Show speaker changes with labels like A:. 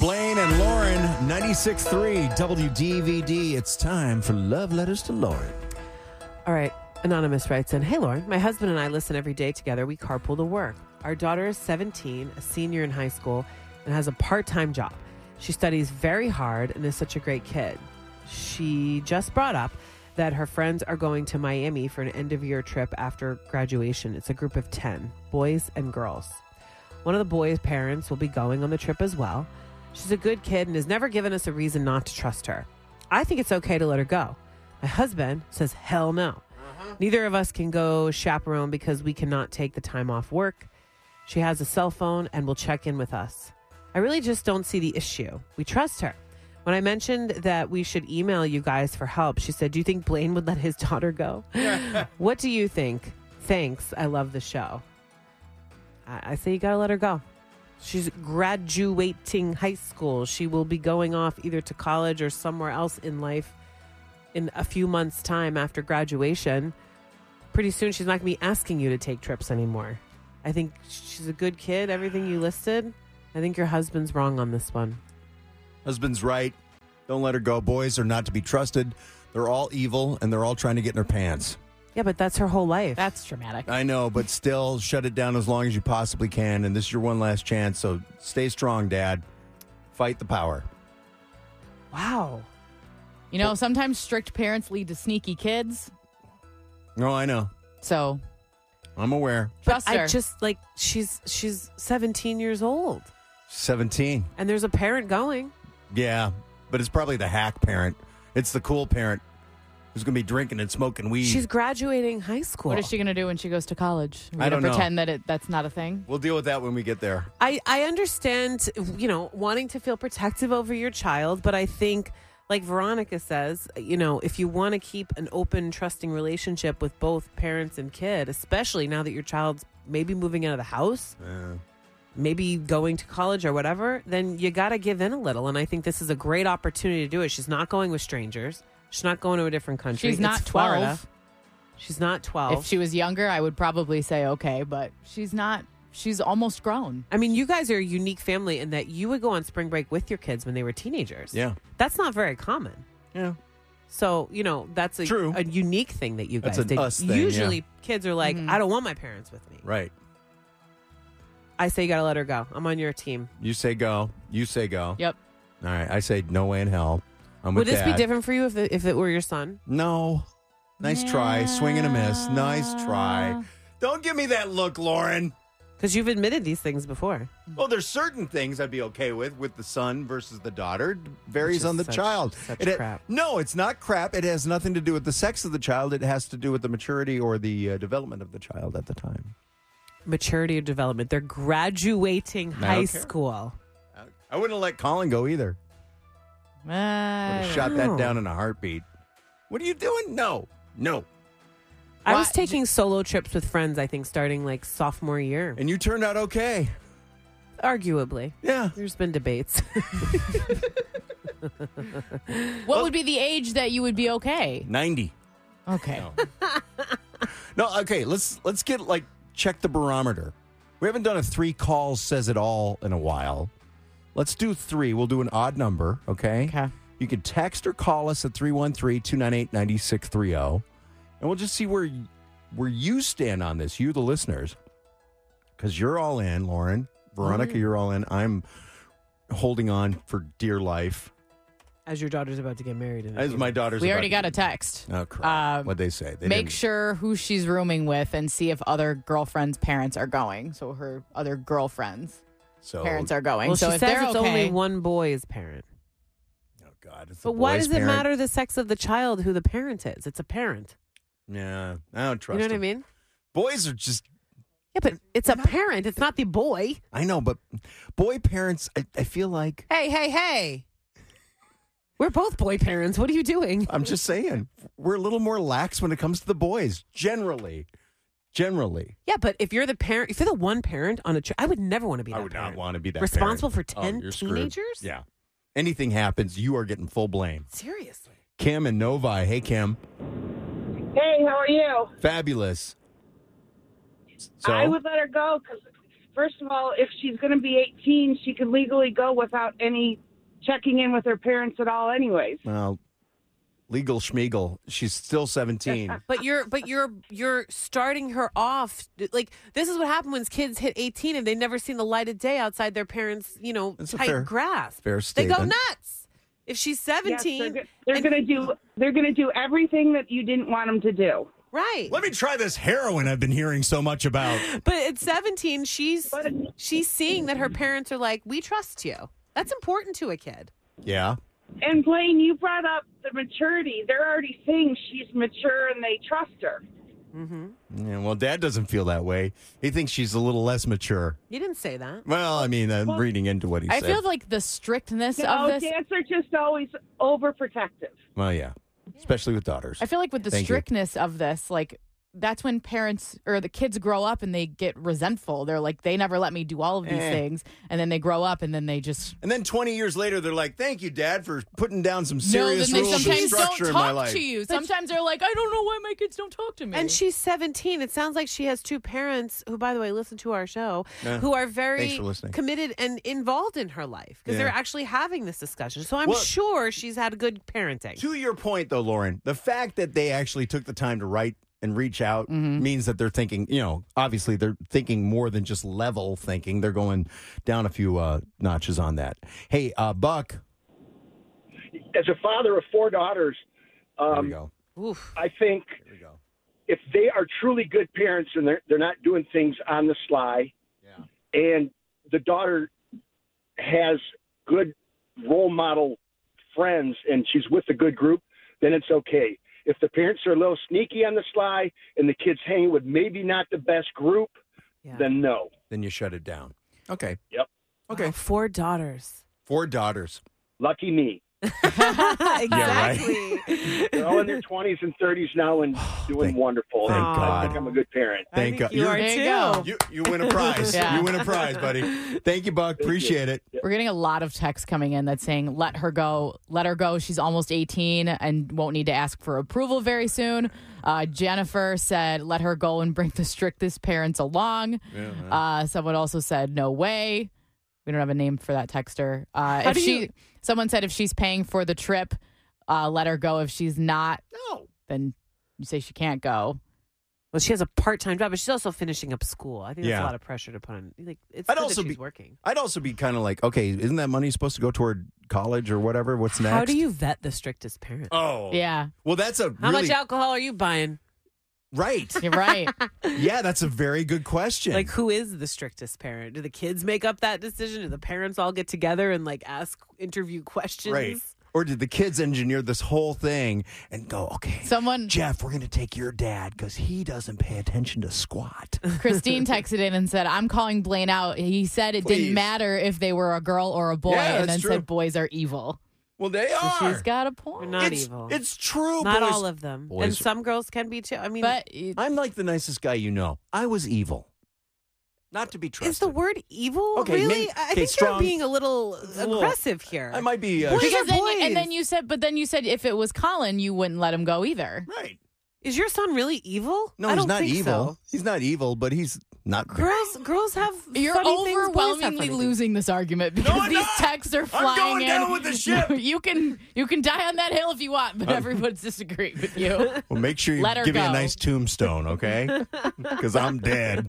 A: Blaine and Lauren, 96.3 WDVD. It's time for Love Letters to Lauren.
B: All right. Anonymous writes in Hey, Lauren, my husband and I listen every day together. We carpool to work. Our daughter is 17, a senior in high school, and has a part time job. She studies very hard and is such a great kid. She just brought up that her friends are going to Miami for an end of year trip after graduation. It's a group of 10 boys and girls. One of the boys' parents will be going on the trip as well. She's a good kid and has never given us a reason not to trust her. I think it's okay to let her go. My husband says, hell no. Neither of us can go chaperone because we cannot take the time off work. She has a cell phone and will check in with us. I really just don't see the issue. We trust her. When I mentioned that we should email you guys for help, she said, Do you think Blaine would let his daughter go? what do you think? Thanks. I love the show. I, I say you got to let her go. She's graduating high school. She will be going off either to college or somewhere else in life in a few months' time after graduation. Pretty soon, she's not going to be asking you to take trips anymore. I think she's a good kid. Everything you listed, I think your husband's wrong on this one.
A: Husband's right. Don't let her go. Boys are not to be trusted. They're all evil and they're all trying to get in their pants.
B: Yeah, but that's her whole life.
C: That's dramatic.
A: I know, but still shut it down as long as you possibly can. And this is your one last chance. So stay strong, Dad. Fight the power.
B: wow.
C: You know, sometimes strict parents lead to sneaky kids.
A: No, Oh, I know.
C: So
A: I'm aware.
C: trust
B: I
C: her.
B: just like she's she's 17 years old,
A: 17.
B: and there's a parent going.
A: Yeah, but it's probably the hack parent. It's the cool parent who's going to be drinking and smoking weed.
B: She's graduating high school.
C: what is she going to do when she goes to college? Are we
A: I
C: gonna
A: don't know.
C: pretend that it, that's not a thing.
A: We'll deal with that when we get there.
B: I, I understand, you know, wanting to feel protective over your child, but I think, like Veronica says, you know, if you want to keep an open, trusting relationship with both parents and kid, especially now that your child's maybe moving out of the house,
A: Uh,
B: maybe going to college or whatever, then you got to give in a little. And I think this is a great opportunity to do it. She's not going with strangers, she's not going to a different country.
C: She's
B: It's
C: not
B: Florida.
C: 12.
B: She's not 12.
C: If she was younger, I would probably say okay, but she's not. She's almost grown.
B: I mean, you guys are a unique family in that you would go on spring break with your kids when they were teenagers.
A: Yeah.
B: That's not very common.
A: Yeah.
B: So, you know, that's a,
A: True.
B: a unique thing that you guys
A: That's an
B: did.
A: us thing,
B: Usually
A: yeah.
B: kids are like, I don't want my parents with me.
A: Right.
B: I say you got to let her go. I'm on your team.
A: You say go. You say go.
C: Yep.
A: All right. I say no way in hell. I'm
B: Would
A: with
B: this
A: Dad.
B: be different for you if, it- if it were your son?
A: No. Nice try. Swing and a miss. Nice try. Don't give me that look, Lauren.
B: Because you've admitted these things before.
A: Well, there's certain things I'd be okay with with the son versus the daughter. Varies
B: Which is
A: on the
B: such-
A: child.
B: such
A: It ha-
B: crap.
A: no, it's not crap. It has nothing to do with the sex of the child. It has to do with the maturity or the uh, development of the child at the time.
B: Maturity of development. They're graduating
A: don't
B: high
A: care.
B: school.
A: I- I wouldn't let Colin go either. Would
C: Uh,
A: have shot that
B: know.
A: down in a heartbeat. What are you doing? No, no.
B: I
C: Why-
B: was taking solo trips with friends, I think, starting like sophomore year.
A: And you turned out okay.
B: Arguably.
A: Yeah.
B: There's been debates.
C: what would be the age that you would be okay?
A: 90.
C: Okay.
A: No, okay, let's let's get like check the barometer. We haven't done a three calls says it all in a while. Let's do three. We'll do an odd number, okay?
C: Okay.
A: You can text or call us at 313-298-9630. oh. And we'll just see where y- where you stand on this, you the listeners. Cuz you're all in, Lauren.
C: Mm-hmm.
A: Veronica, you're all in. I'm holding on for dear life.
B: As your daughter's about to get married. In a
A: As
B: few
A: my daughter's
C: We
A: about
C: already
A: to-
C: got a text.
A: Oh crap.
C: Um,
A: What'd they say? They
C: Make
A: didn't-
C: sure who she's rooming with and see if other girlfriends' parents are going. So her other girlfriends'
A: so,
C: parents are going.
B: Well,
C: so
B: she
C: if
B: says
C: they're
B: it's
C: okay,
B: only one boy's parent.
A: Oh god, it's the
B: But why
A: boy's
B: does it
A: parent.
B: matter the sex of the child who the parent is? It's a parent.
A: Yeah, I don't trust.
B: you know what I
A: him.
B: mean?
A: Boys are just.
B: Yeah, but it's a parent. It's not the boy.
A: I know, but boy parents, I, I feel like
C: hey, hey, hey.
B: We're both boy parents. What are you doing?
A: I'm just saying we're a little more lax when it comes to the boys generally. Generally,
B: Yeah, but if you're the parent, if you're the one parent on a trip, I would never want to be. That parent.
A: to be that
B: Responsible
A: parent. Oh,
B: for 10
A: you're screwed.
B: teenagers?
A: Yeah, anything happens, you are getting full blame.
B: Seriously.
A: Kim and Novi, hey Kim,
D: Hey, how are you?
A: fabulous. So
D: I would let her go because First of all, if she's going to be 18, she could legally go without any checking in with her parents at all, anyways.
A: Well, legal schmiegel. She's still 17.
B: But you're but you're you're starting her off like this is what happened when kids hit 18 and they never seen the light of day outside their parents, you know,
A: That's a
B: tight
A: fair-
B: grasp.
A: fair
B: they go
A: statement.
B: nuts. If she's
D: Yes,
B: 17,
D: they're go- they're
B: and-
D: going to do they're going to do everything that you didn't want them to do.
B: right.
A: Let me try this heroin I've been hearing so much about.
B: But at 17, she's
D: But-
B: she's seeing that her parents are like, "We trust you." That's important to a kid.
A: Yeah.
D: And Blaine, you brought up the maturity. They're already saying she's mature and they trust her.
A: yeah. Well, dad doesn't feel that way. He thinks she's a little less mature.
B: You didn't say that.
A: Well, I mean, I'm reading into what he
C: I
A: said.
C: feel like the strictness
D: No,
C: of this.
D: dads are just always overprotective.
A: well, yeah. Especially with daughters.
C: I feel like with the
A: Thank you.
C: strictness of this, like that's when parents or the kids grow up and they get resentful. They're like, they never let me do all of these
A: Eh.
C: things, and then they grow up and then they just
A: And then 20 years later, they're like, thank you, Dad, for putting down some serious
C: no. Then
A: rules
C: they
A: and
C: sometimes
A: structure
C: don't
A: in my
C: talk
A: life.
C: to you. Sometimes they're like, I don't know why my kids don't talk to me.
B: And she's 17. It sounds like she has two parents who, by the way, listen to our show,
A: Yeah.
B: who are
A: Thanks
B: very
A: for listening.
B: committed and involved in her life because
A: Yeah.
B: they're actually having this discussion. So I'm
A: Well-
B: sure she's had good parenting.
A: To your point, though, Lauren, the fact that they actually took the time to write and reach out
C: Mm-hmm.
A: means that they're thinking, you know, obviously they're thinking more than just level thinking. They're going down a few uh, notches on that. Hey, uh, Buck.
E: as a father of four daughters,
A: There we
E: um,
A: go.
B: Oof.
E: I think
A: There we go.
E: if they are truly good parents and they're they're not doing things on the sly,
A: Yeah.
E: and the daughter has good role model friends and she's with a good group, then it's okay. If the parents are a little sneaky on the sly and the kids hanging with maybe not the best group,
B: Yeah.
E: then no.
A: Then you shut it down. Okay.
E: Yep.
A: Okay.
B: Wow, Oh, four daughters.
A: Four daughters.
E: Lucky me.
B: exactly.
E: They're all in their 20s and 30s now and doing
A: Oh, Thank-
E: wonderful.
A: thank
E: I
A: God.
E: think I'm a good parent.
B: I
A: Thank
B: think
A: God.
B: You
A: You're-
B: are
C: There
B: too.
C: you go.
A: You, you win a prize.
C: Yeah.
A: You win a prize, buddy. Thank you, Buck. Appreciate it.
C: We're getting a lot of texts coming in that's saying, let her go, let her go. She's almost 18 and won't need to ask for approval very soon. Uh, Jennifer said, let her go and bring the strictest parents along. uh, someone also said, no way. We don't have a name for that texter. Uh, if
B: do
C: she,
B: you-
C: someone said, if she's paying for the trip, uh, let her go. If she's not, no, then you say she can't go.
B: Well, she has a part-time job, but she's also finishing up school. I think that's
A: Yeah.
B: a lot of pressure to put on. Like, it's
A: I'd
B: good
A: also
B: that she's
A: be-
B: working.
A: I'd also be kind of like, okay, isn't that money supposed to go toward college or whatever? What's next?
B: How do you vet the strictest parent?
A: Oh,
C: Yeah,
A: Well, that's a
B: How
A: really
B: much alcohol are you buying?
A: right.
C: you're right.
A: yeah, that's a very good question.
B: Like, who is the strictest parent? Do the kids make up that decision? Do the parents all get together and like ask interview questions?
A: right? Or did the kids engineer this whole thing and go, okay,
C: someone
A: Jeff, we're going to take your dad because he doesn't pay attention to squat.
C: Christine texted in and said, I'm calling Blaine out. He said it
A: Please.
C: didn't matter if they were a girl or a boy,
A: Yeah,
C: and
A: that's
C: then
A: true.
C: said boys are evil.
A: well, they
C: So
A: are.
C: she's got a
B: They're
C: point.
B: not
A: it's,
B: evil.
A: It's true.
B: not
A: boys.
B: all of them, and
A: boys-
B: some girls can be too. I mean,
C: But it-
A: I'm like the nicest guy you know. I was evil, not to be trusted.
B: is the word evil
A: Okay,
B: really?
A: maybe-
B: I
A: okay,
B: think
A: strong-
B: you're being a little
A: little-
B: aggressive here.
A: I might be uh,
B: Boys
C: because
B: are
C: then,
B: boys.
C: and then you said, but then you said if it was Colin, you wouldn't let him go either.
A: right.
B: is your son really evil?
A: No,
B: I
A: he's
B: don't
A: not
B: think
A: evil.
B: so.
A: He's not evil, but he's not.
B: Girls, girls have.
C: You're
B: funny things, boys have funny
C: overwhelmingly
B: things.
C: losing this argument because
A: I'm
C: these
A: not.
C: texts are flying
A: going
C: in.
A: down with the ship.
C: you can you can die on that hill if you want, but everyone's disagreeing with you.
A: Well, make sure you
C: Let her
A: give me a
C: go.
A: nice tombstone, okay? Because I'm dead.